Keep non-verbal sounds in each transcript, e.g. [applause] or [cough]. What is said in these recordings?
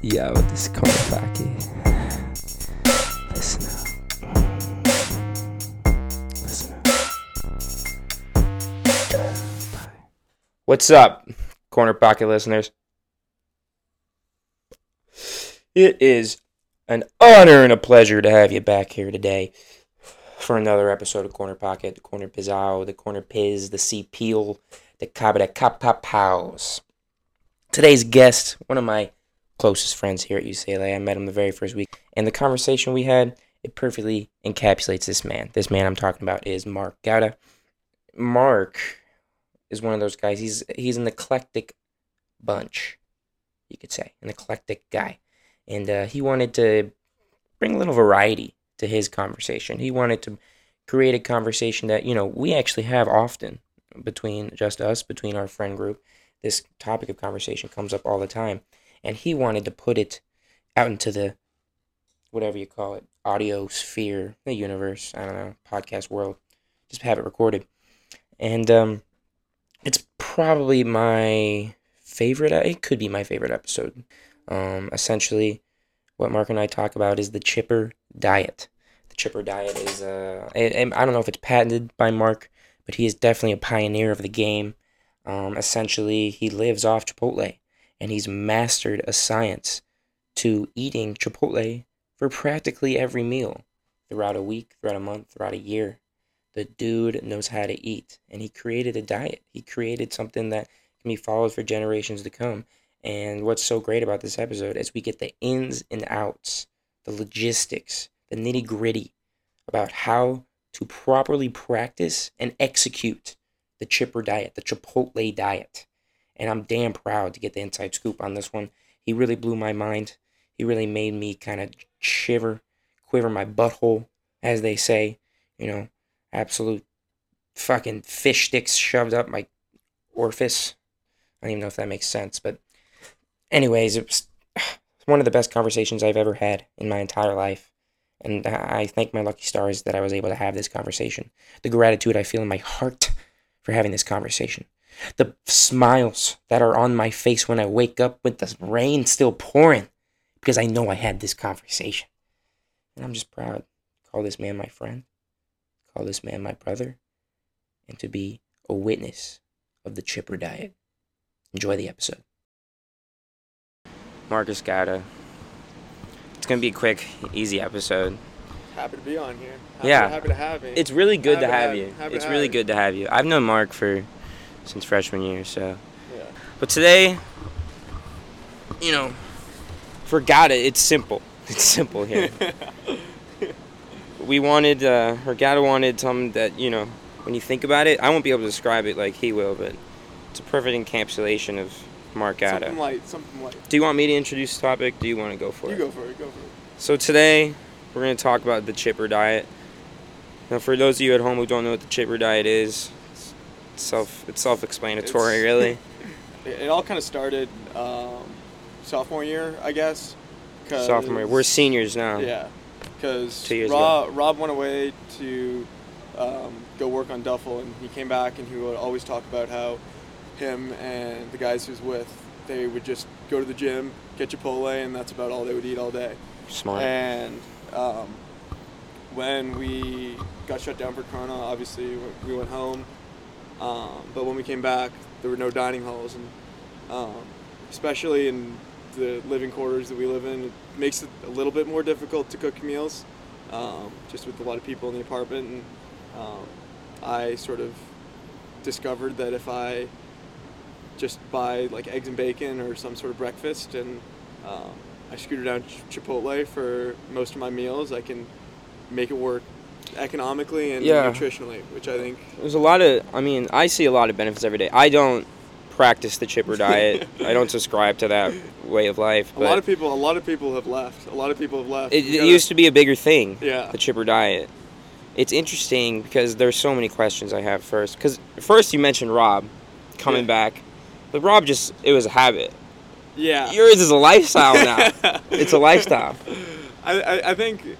Yo, this is Connor Packy. Listen up. Listen up. What's up, Corner Pocket listeners? It is an honor and a pleasure to have you back here today for another episode of Corner Pocket, the Corner Pizzow, the Corner Piz, the C Peel, the Cabra Cap Cap House. Today's guest, one of my closest friends here at UCLA, I met him the very first week, and the conversation we had, it perfectly encapsulates this man. This man I'm talking about is Mark Gouda. Mark is one of those guys. He's he's an eclectic bunch, you could say, an eclectic guy, and uh, he wanted to bring a little variety to his conversation. He wanted to create a conversation that you know we actually have often between just us, between our friend group. This topic of conversation comes up all the time, and he wanted to put it out into the whatever you call it audio sphere, the universe, I don't know, podcast world. Just have it recorded, and um it's probably my favorite uh, it could be my favorite episode um, essentially what mark and i talk about is the chipper diet the chipper diet is uh, I, I don't know if it's patented by mark but he is definitely a pioneer of the game um, essentially he lives off chipotle and he's mastered a science to eating chipotle for practically every meal throughout a week throughout a month throughout a year the dude knows how to eat and he created a diet he created something that can be followed for generations to come and what's so great about this episode is we get the ins and outs the logistics the nitty gritty about how to properly practice and execute the chipper diet the chipotle diet and i'm damn proud to get the inside scoop on this one he really blew my mind he really made me kind of shiver quiver my butthole as they say you know absolute fucking fish sticks shoved up my orifice. I don't even know if that makes sense, but anyways, it was [sighs] one of the best conversations I've ever had in my entire life. And I I thank my lucky stars that I was able to have this conversation. The gratitude I feel in my heart for having this conversation. The smiles that are on my face when I wake up with the rain still pouring because I know I had this conversation. And I'm just proud to call this man my friend call this man my brother, and to be a witness of the chipper diet. Enjoy the episode. Marcus Gouda. It's gonna be a quick, easy episode. Happy to be on here. Yeah. Happy to have me. It's really good to Happy to have have- you. happy to It's have really you. good to have you. I've known Mark for since freshman year, so. Yeah. But today, you know, for Gouda, it's simple. [laughs] It's simple [laughs] here. we wanted uh Hergata wanted something that, you know, when you think about it, I won't be able to describe it like he will, but it's a perfect encapsulation of Mark Something Gouda. light. Something light. Do you want me to introduce the topic? Do you want to go for You it? go for it. Go for So today we're gonna talk about the chipper diet. Now for those of you at home who don't know what the chipper diet is, it's self it's self explanatory It's- really. it. It, it all kind of started um, sophomore year, I guess. [laughs] 'cause- Sophomore. year. We're seniors now. Yeah. Because Two years Rob, Rob went away to um, go work on Duffel, and he came back, and he would always talk about how him and the guys he was with, they would just go to the gym, get Chipotle, and that's about all they would eat all day. Smart. And um, when we got shut down for Corona, obviously we- we went home. Um, but when we came back, there were no dining halls, and um, especially in the living quarters that we live in, it makes it a little bit more difficult to cook meals, um, just with a lot of people in the apartment. And um, I sort of discovered that if I just buy like eggs and bacon or some sort of breakfast and um, i scooter down Ch- chipotle for most of my meals i can make it work economically and Yeah. nutritionally which i think There's a lot of I mean, I see a lot of benefits every day. I don't practice the [laughs] chipper diet. I don't subscribe to that way of life. a But lot of people a lot of people have left a lot of people have left it, You it gotta- used to be a bigger thing. yeah the chipper diet. It's interesting because there's so many questions I have first. Because first you mentioned Rob coming Yeah. back, but Rob just it was a habit. yeah Yours is a lifestyle [laughs] now. it's a lifestyle. I, I, I think it-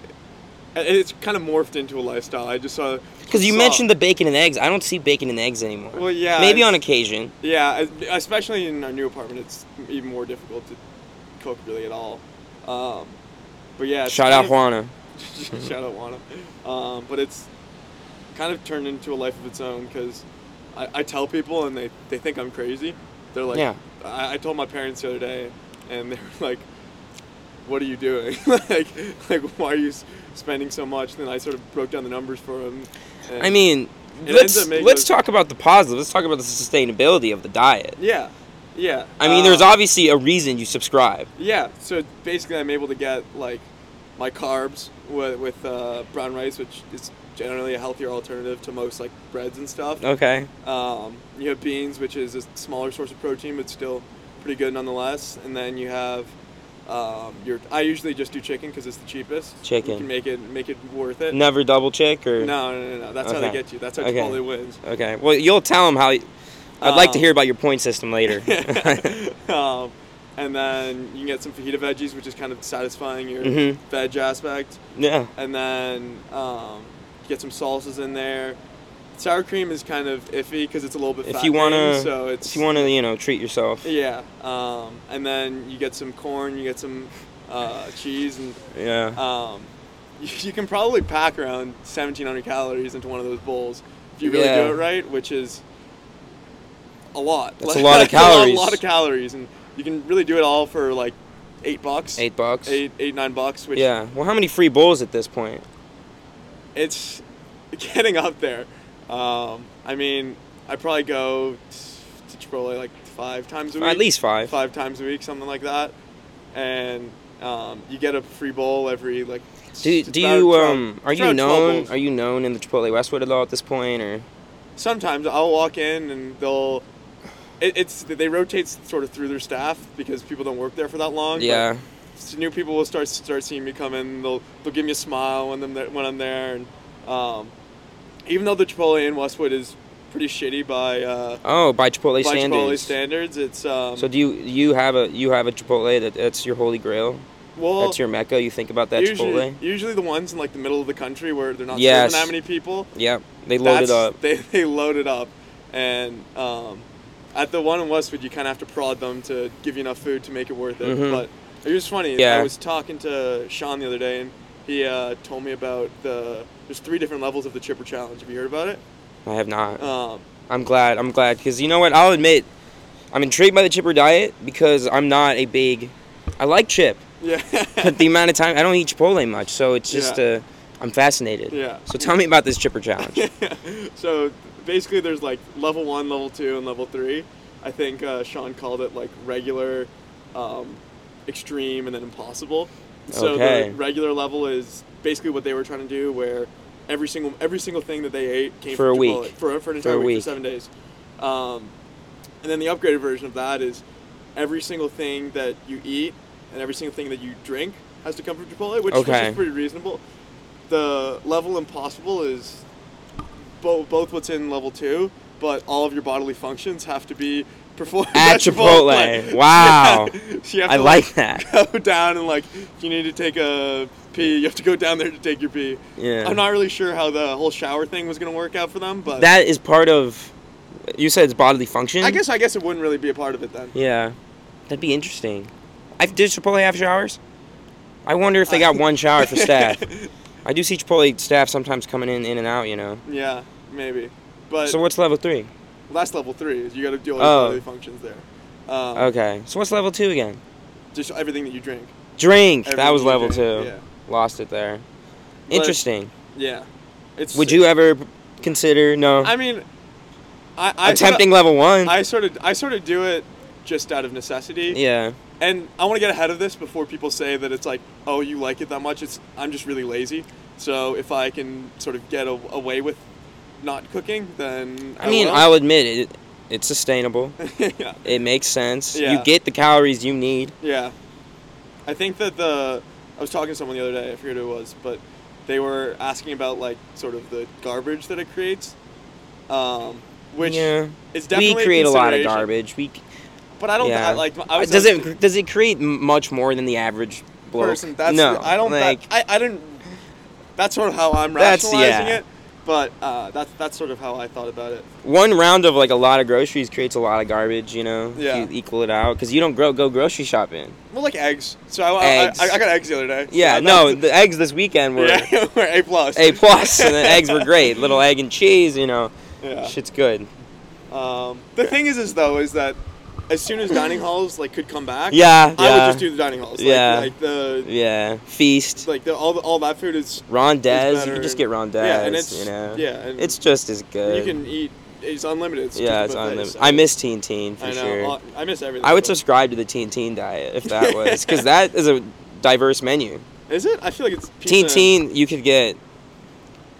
it's kind of morphed into a lifestyle i just saw Because you saw- mentioned the bacon and eggs. I don't see bacon and eggs anymore. Well, yeah, Maybe on it's- occasion. yeah es- especially in our new apartment it's even more difficult to cook really at all. Um, but yeah, it's Shout out kind Juana. of- [laughs] shout out Juana. Um, but it's kind of turned into a life of its own because I, I tell people and they, they think I'm crazy. They're like, Yeah. I, I told my parents the other day, and they were [laughs] like, "What are you doing? [laughs] like, like why are you s- spending so much?" And then I sort of broke down the numbers for them. I mean, It ends let's up making let's us- talk about the positive. Let's talk about the sustainability of the diet. yeah, yeah. I mean, there's Uh, obviously a reason you subscribe. Yeah, so basically, I'm able to get like my carbs with, with uh, brown rice, which is generally a healthier alternative to most like breads and stuff. Okay. Um, you have beans, which is a smaller source of protein, but still pretty good nonetheless. And then you have um, your. I usually just do chicken because it's the cheapest. Chicken. You can make it make it worth it. Never double check or no, no, no. no. That's how they Okay. get you. That's how Okay. Chipotle [laughs] wins. [laughs] Okay. Well, you'll tell them how. I'd like to Um, hear about your point system [laughs] later. [laughs] um, and then you can get some fajita veggies, which is kind of satisfying your Mhm. veg aspect. yeah. and then um, get some salsas in there. Sour cream is kind of iffy because it's a little bit. If you fattening, wanna, so it's if you wanna, you know, treat yourself. yeah. Um, and then you get some corn, you get some uh, cheese, and Yeah. um, [laughs] you, you can probably pack around 1,700 calories into one of those bowls if you really Yeah. do it right, which is a lot. That's a lot [laughs] of a calories. lot of calories, and you can really do it all for like eight bucks. Eight bucks. Eight, eight, nine bucks, which Yeah. Well, how many free bowls at this point? it's [laughs] getting up there. Um, I mean, I probably go t- to Chipotle like five times a week. At least five. Five times a week, something like that. And um, you get a free bowl every like. Do, it's do about you 12 um are it's you around 12 known bowls. are you known in the Chipotle Westwood at all at this point or Sometimes I'll walk in and they'll. It, it's they rotate sort of through their staff because people don't work there for that long. but yeah s- new people will start start seeing me come in. They'll they'll give me a smile when I'm there, when I'm there. And um, even though the Chipotle in Westwood is pretty shitty by uh, oh by Chipotle by standards Chipotle standards, it's um, so do you you have a you have a Chipotle that that's your holy grail well, that's your mecca you think about that usually Chipotle usually the ones in like the middle of the country where they're not Yes. serving that many people. yeah they load it that's- up They they load it up, and um, at the one in Westwood, you kind of have to prod them to give you enough food to make it worth it. Mhm. But it was funny. Yeah. I was talking to Sean the other day, and he uh, told me about the there's three different levels of the chipper challenge. Have you heard about it? I have not Um, I'm glad I'm glad because you know what I'll admit I'm intrigued by the chipper diet because I'm not a big I like chip yeah. but [laughs] [laughs] the amount of time I don't eat Chipotle much so it's just Yeah. uh I'm fascinated Yeah. so tell me about this chipper [laughs] challenge so basically, there's like level one, level two, and level three. I think uh, Sean called it like regular, um, extreme, and then impossible. So Okay. the regular level is basically what they were trying to do, where every single every single thing that they ate came For from a week. Chipotle- for, for an For entire a week, week. for seven days. Um, and then the upgraded version of that is every single thing that you eat and every single thing that you drink has to come from Chipotle, which, which Okay. is pretty reasonable. The level impossible is both both what's in level two, but all of your bodily functions have to be [laughs] performed At Chipotle. [laughs] Wow. So you have I to, like that [laughs] go down and like if you need to take a pee, you have to go down there to take your pee. yeah I'm not really sure how the whole shower thing was gonna work out for them, but that is part of you said it's bodily function I guess I guess it wouldn't really be a part of it then. yeah that'd be interesting i did chipotle have showers i wonder if they got one shower for [laughs] staff i do see chipotle staff sometimes coming in in and out you know yeah, maybe. But so what's level three that's level three is you got to do all your Oh. bodily functions there. Um, okay so what's level two again Just everything that you drink. drink that Everything was you level drink, two yeah. lost it there But- interesting Yeah. It's. would you ever consider no I mean, I, I attempting level one I sort of I sort of do it just out of necessity. yeah And I want to get ahead of this before people say that it's like, oh, you like it that much. It's I'm just really lazy. So if I can sort of get a, away with not cooking, then i mean will. i'll admit it it's sustainable [laughs] yeah, it makes sense you Yeah. get the calories you need yeah. I think that the I was talking to someone the other day. I forget who it was, but they were asking about like sort of the garbage that it creates, um, which yeah is definitely we create a lot of consideration. garbage. We c- But I don't yeah. I, like. I was does it does it create m- much more than the average bloke? person. That's no, I don't like that- I I didn't. That's sort of how I'm That's- rationalizing yeah. it. But uh, that's that's sort of how I thought about it. One round of like a lot of groceries creates a lot of garbage, you know. if Yeah. You equal it out because you don't grow go grocery shopping. Well, like eggs. So I, I- Eggs. I, I, got eggs the other day. Yeah. So No, that's- the eggs this weekend were [laughs] yeah, we're A plus. a plus, and the eggs [laughs] were great. Little egg and cheese, you know. Yeah. Shit's good. Um, the thing is, is though, is that as soon as dining halls like could come back, Yeah. I yeah. would just do the dining halls. Like, Yeah. Like the yeah. Feast. like the all the, all that food is. Rondez. You better. can just get Rondez. yeah, and it's you know. yeah, and It's just as you good. can eat. It's unlimited. It's yeah, just it's a buffet, unlimited. so- I miss Teen Teen for I know. sure. all- I miss everything. I would but- subscribe to the Teen Teen diet if [laughs] that was because that is a diverse menu. Is it? I feel like it's pizza Teen and- Teen, you could get.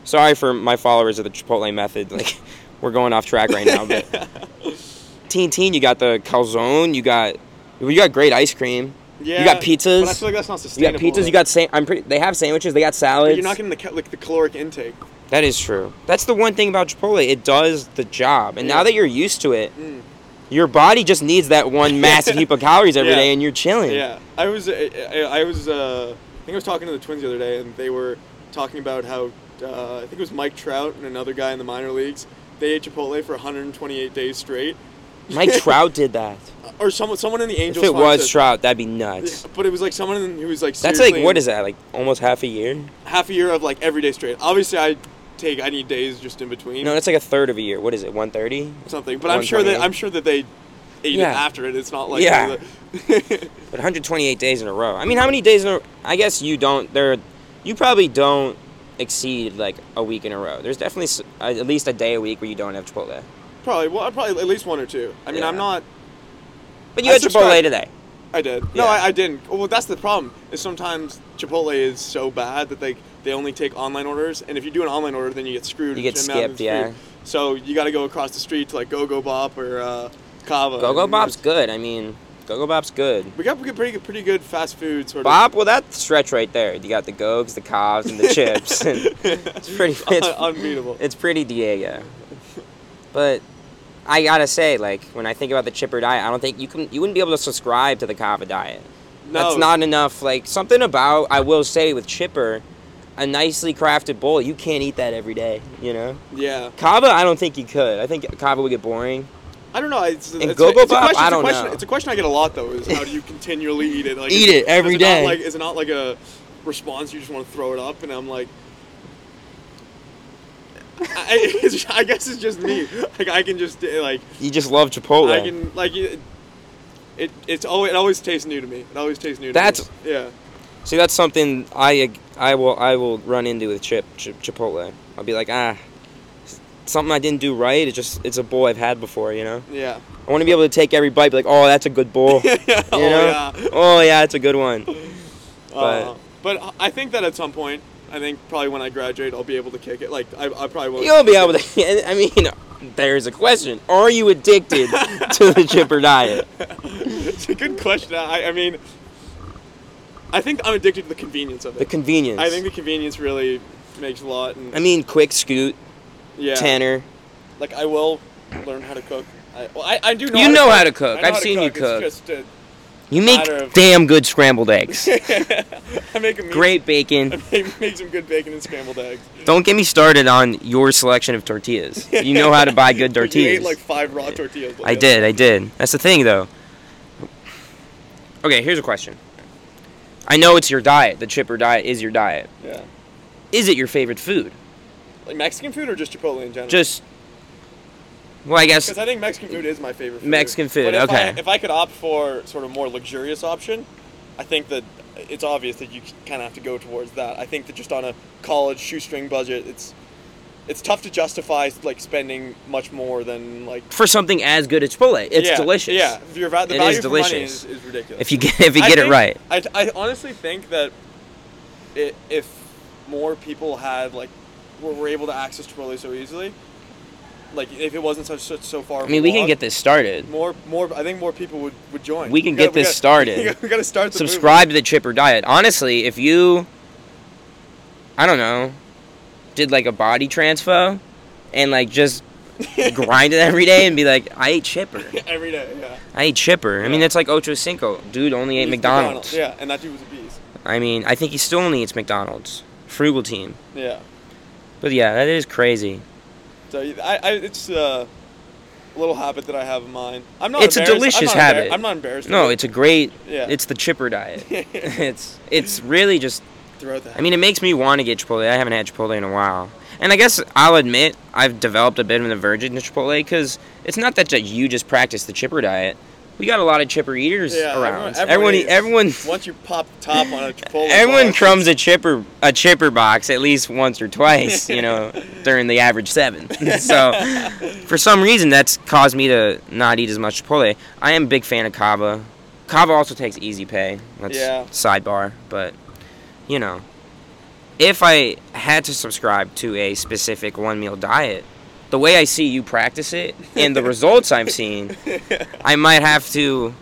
Sorry for my followers of the Chipotle method. [laughs] Like, we're going off track right now. [laughs] But Teen Teen, you got the calzone. You got, you got great ice cream. yeah, got But I pizzas. feel like that's not You got sustainable. pizzas. You got sa- I'm pretty. They have sandwiches. They got But salads. you're not getting the ca- like the caloric intake. that is true. That's the one thing about Chipotle. It does the job. And Yeah. now that you're used to it, Mm. your body just needs that one [laughs] massive heap of calories every day, Yeah. and you're chilling. Yeah, I was, I, I, I was, uh, I think I was talking to the twins the other day, and they were talking about how uh, I think it was Mike Trout and another guy in the minor leagues. They ate Chipotle for 128 days straight, [laughs] Uh, Mike Trout did that. or someone, someone in the Angels. if it sponsor- was Trout, that'd be nuts. [laughs] But it was like someone in- who was like That's like seriously what is that? Like almost half a year? half a year of like every day straight. Obviously, I take I need days just in between No, that's like a third of a year. What is it? One thirty? something. But I'm sure that 128. I'm sure that they ate Yeah. it after it. It's not like Yeah. the- But 128 days in a row. I mean, how many days in a? I guess you don't. There, you probably don't exceed like a week in a row. There's definitely s- uh, at least a day a week where you don't have Chipotle. probably well probably at least one or two. I mean, Yeah. I'm not. But you I had Chipotle subscribe. today. I did. No, Yeah. I, I didn't. Well, that's the problem. Is sometimes Chipotle is so bad that they they only take online orders, and if you do an online order, then you get screwed. You with get the amount of skipped, yeah. food. So you got to go across the street to like Go Go Bop or uh, Kava. Go Go And Bob's good. I mean, Go Go Bob's good. We got pretty good, pretty good fast food sort [laughs] Bob, well, that stretch right there. You got the Gogs, the Cobs, and the chips. [laughs] of. And it's pretty- it's- [laughs] unbeatable. It's pretty Diego. But I gotta say, like, when I think about the chipper diet, I don't think you can you wouldn't be able to subscribe to the kava diet. No, That's not enough. Like something about I will say with chipper, a nicely crafted bowl, you can't eat that every day, you know? Yeah, Kava, I don't think you could. I think kava would get boring. I don't know. It's, And it's, Go Go it's a Bop, question, I it's a don't question, know. It's a question I get a lot though. Is how do you continually eat it? Like Eat is- it every is not day. like is it not like a response? You just want to throw it up, and I'm like. I, it's, I guess it's just me. Like I can just uh, like You just love Chipotle. I can like it. it- It's always it always tastes new to me. It always tastes new. to That's- me. yeah. See, that's something I I will I will run into with chip, chip Chipotle. I'll be like, ah, something I didn't do right. It's just it's a bowl I've had before, you know. Yeah. [laughs] I want to be able to take every bite, be like, oh, that's a good bowl. yeah. You oh, know? yeah. oh yeah, it's a good one. Uh, but I think that at some point, I think probably when I graduate, I'll be able to kick it. Like I, I probably won't. You'll be able to. [laughs] I mean, there's a question. Are you [laughs] addicted to the chipper diet? it's a good question. I, I mean, I think I'm addicted to the convenience of The it. convenience. I think the convenience really makes a lot. And I mean, quick scoot, yeah, Tanner. Like I will learn how to cook. I, well, I, I do know. You know how to cook. I know I've how to seen you cook. It's just a- You make Matter of- damn good scrambled [laughs] eggs. uh, I make a meat- Great bacon. I make, make some good bacon and scrambled eggs. Don't get me started on your selection of tortillas. You know how to buy good [laughs] You ate tortillas. like five raw tortillas. I like- did, I did. That's the thing, though. Okay, here's a question. I know it's your diet. The chipper diet is your diet. Yeah. Is it your favorite food? Like Mexican food or just Chipotle in general? Just. Well, I guess Because I think Mexican food is my favorite. Food. Mexican food, But if okay. I, if I could opt for sort of more luxurious option, I think that it's obvious that you kind of have to go towards that. I think that just on a college shoestring budget, it's it's tough to justify like spending much more than like. for something as good as Chipotle, it's Yeah, delicious. Yeah, if your va- the It value is for money delicious. is, is ridiculous. If you get if you I get it think- right, I, I honestly think that i if more people had like were, were able to access Chipotle so easily, like if it wasn't such such so far. I mean we can get this started. more more. I think more people would would join. We can gotta- get this gotta- started. We gotta, [laughs] we gotta start the Subscribe to the chipper diet. Honestly, if you, I don't know, did like a body transfo, and like [laughs] just movement. grind it every day and be like, I ate chipper. every day. Yeah. I ate chipper. I mean, Yeah. it's like Ocho Cinco. Dude only ate Eat McDonald's. Yeah, and that dude was a beast. I mean, I think he still only eats McDonald's. Frugal team. Yeah. But yeah, that is crazy. So I, I it's uh, a little habit that I have of mine. I'm not. It's a embarrassed- I'm delicious not embar- habit. I'm not embarrassed. No, about it's a great. Yeah. It's the chipper diet. [laughs] it's it's really just. throughout that. I mean, it makes me want to get Chipotle. I haven't had Chipotle in a while, and I guess I'll admit I've developed a bit of an aversion to Chipotle because it's not that ju- you just practice the chipper diet. We got a lot of chipper eaters Yeah, around. everyone- Everyone, e, everyone, eats. [laughs] once you pop the top on a [laughs] Chipotle, everyone box, [laughs] crumbs a chipper a chipper box at least once or twice, you [laughs] know, during the average seven. [laughs] so for some reason that's caused me to not eat as much Chipotle. I am a big fan of Kava. Kava also takes easy pay. That's Yeah. sidebar, but you know. If I had to subscribe to a specific one meal diet, the way I see you practice it [laughs] and the results I've seen, I might have to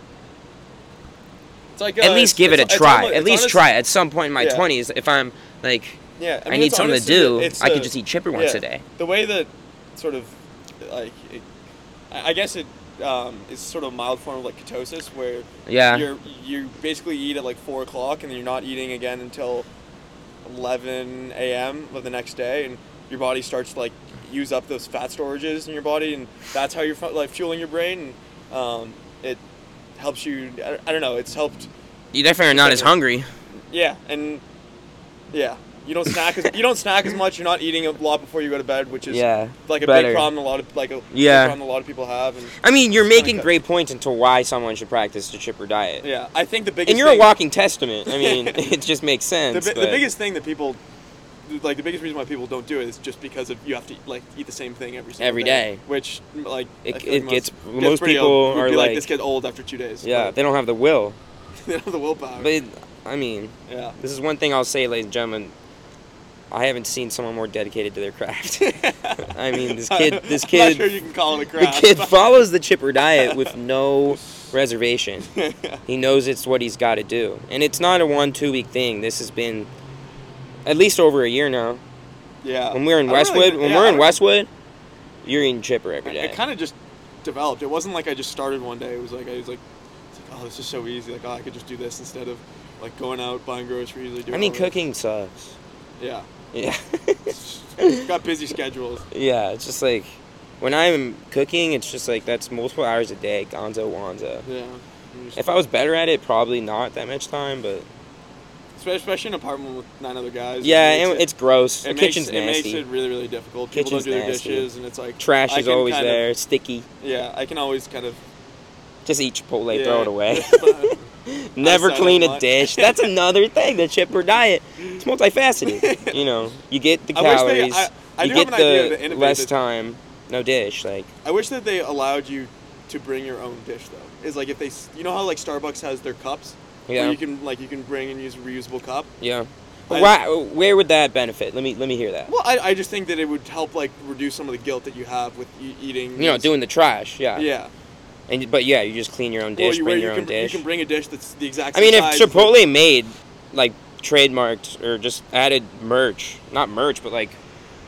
it's like, at uh, least it's- give it a it's- it's try. almost- At it's least honest- try it at some point in my Yeah. twenties. If I'm like, Yeah, I, mean, need it's something honestly- to do, it's, I uh, could just eat chipper once yeah. a day. The way that sort of like it, I I guess it um, is sort of a mild form of like ketosis where Yeah. you're you basically eat at like four o'clock and then you're not eating again until eleven a.m. of the next day and your body starts to like use up those fat storages in your body and that's how you're fu- like fueling your brain and um, it helps you I, I don't know it's helped You definitely are not as hungry. yeah, and yeah, you don't snack as you don't snack as much. You're not eating a lot before you go to bed, which is Yeah, like a better. big problem. A lot of like a big Yeah. problem a lot of people have. And I mean, you're It's making kinda great points into why someone should practice the chipper diet. yeah, I think the biggest And you're a thing- walking testament. I [laughs] mean, it just makes The, sense. bi- the but- biggest thing that people like the biggest reason why people don't do it is just because of you have to like eat the same thing every single Every day. which like It- I feel it like gets- most, most pretty people old, would are be like- this gets old after two days. Yeah, but they don't have the will. [laughs] they don't have the willpower. But it- I mean, yeah, this is one thing I'll say, ladies and gentlemen. I haven't seen someone more dedicated to their craft. [laughs] I mean, this kid, this [laughs] I'm kid, not sure you can call it [laughs] a the craft. kid follows the chipper diet with no reservation. He knows it's what he's got to do. And it's not a one, two week thing. This has been at least over a year now. [laughs] yeah, When we were in I don't really- Westwood, when we yeah, I we're in don't- Westwood, you're eating chipper every day. It kind of just developed. It wasn't like I just started one day. It was like I was like, it's like, oh, this is so easy. Like, oh, I could just do this instead of like going out buying groceries. Or doing I mean, all cooking sucks. [laughs] this. Yeah. Yeah, got busy schedules. yeah, it's just like when I'm cooking, it's just like that's multiple hours a day, gonzo wanzo. Yeah. If I was better at it, probably not that much time, but Espe- Especially in an apartment with nine other guys. yeah, it and makes it's gross. the it, it kitchen's makes, nasty. It makes it really really difficult. People Kitchen's don't do their nasty. dishes, and it's like Trash I is can always kind of- there, sticky. yeah, I can always kind of Just eat Chipotle, yeah, throw it away. [laughs] [laughs] But- Never Outside of clean a lunch. dish. [laughs] That's another thing. The chipper diet. It's [laughs] multifaceted. You know, you get the I wish they- calories. I- I you do have get an idea to the innovate less it. time. No dish. Like I wish that they allowed you to bring your own dish though. Is like if they, s- you know how like Starbucks has their cups, Yeah. where you can like you can bring and use a reusable cup. yeah. I- Why? Where would that benefit? Let me let me hear that. Well, I, I just think that it would help like reduce some of the guilt that you have with e- eating. You know, these- doing the trash. Yeah. Yeah. And but yeah, you just clean your own dish. you, bring where your you own can, dish. You can bring a dish that's the exact. I mean, if size as- Chipotle made like trademarked or just added merch, not merch, but like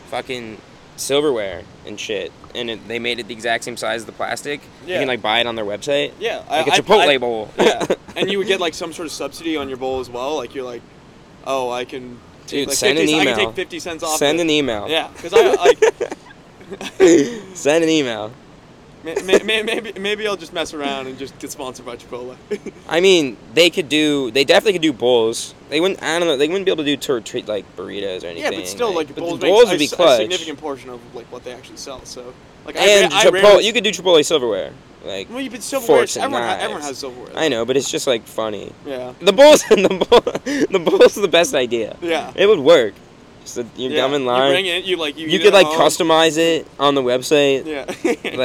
fucking silverware and shit, and it, they made it the exact same size as the plastic, you Yeah. can like buy it on their website. Yeah, like a I- I- Chipotle I- bowl. [laughs] [laughs] Yeah, and you would get like some sort of subsidy on your bowl as well. Like you're like, oh, I can. take, Dude, like, send 50 an I can email. take fifty cents off. Send it. an email. Yeah, because [laughs] I like. Send an email. may, may, may- maybe maybe I'll just mess around and just get sponsored by Chipotle. I mean, they could do. They definitely could do bowls. They wouldn't. I don't know. They wouldn't be able to do tur treat like burritos or anything. yeah, but still, like but bowls, the bowls makes would a be s- a, clutch. significant portion of like what they actually sell. So like and I, ra- I Chipotle, rarely- you could do Chipotle silverware. Like Well, you've been silverware. forks and Everyone, ha- everyone knives. has silverware. I know, but it's just like funny. Yeah. The bowls [laughs] the bowl, the bowl's the best idea. Yeah. It would work. Just that you're yeah. dumb and You bring lying. it. You like you. You, eat could it at like home. customize it on the website. [laughs] Yeah. [laughs]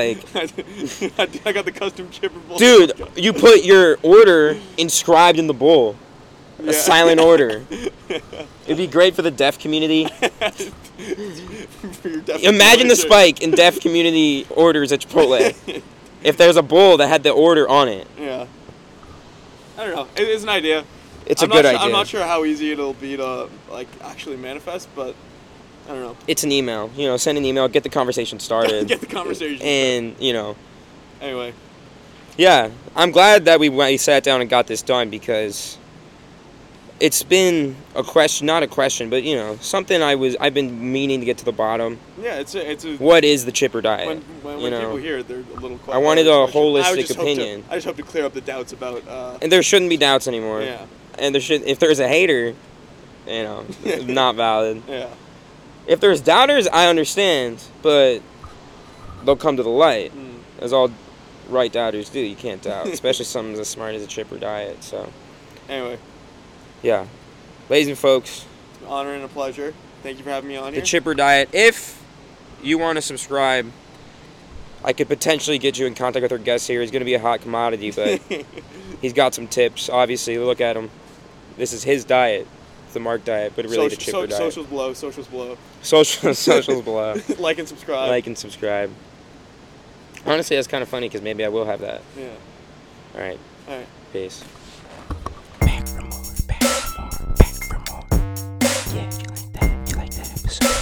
like- I, I got the custom chipper bowl. [laughs] Dude, you put your order inscribed in the bowl. Yeah. A [laughs] silent order. It'd be great for the deaf community. For your deaf Imagine the population. spike in deaf community orders at [laughs] Chipotle. if there's a bowl that had the order on it. Yeah. I don't know. It is an idea. It's a I'm not good sure, idea. I'm not sure how easy it'll be to like actually manifest, but I don't know. It's an email. You know, send an email, get the conversation started. [laughs] Get the conversation And, you know, Anyway, Yeah, I'm glad that we, went- we sat down and got this done because it's been a question, not a question, but you know, something I was I've been meaning to get to the bottom. Yeah, it's a, it's a. What is the chipper diet? when when, you when know. people hear it, they're a little. I wanted a I holistic just hope to- opinion. I just hope to clear up the doubts about. Uh, and there shouldn't be doubts anymore. yeah, And there should if there's a hater, you know, [laughs] not valid. yeah, If there's doubters, I understand, but they'll come to the light. mm, As all right doubters do, you can't [laughs] doubt, especially something as smart as a chipper diet. So, Anyway, yeah. Ladies and folks, it's an honor and a pleasure. Thank you for having me on the here. chipper diet. If you want to subscribe, I could potentially get you in contact with our guest here. He's going to be a hot commodity, [laughs] but he's got some tips. Obviously, look at him. This is his diet, it's the Mark diet, but really the Social- chipper so- diet. Socials below. Socials below. Social, socials below. [laughs] like and subscribe. like and subscribe. Honestly, that's kind of funny because maybe I will have that. Yeah. All right, All right. peace. Back for more, back for more, back for more. Yeah, you like that? You like that episode? uh, uh,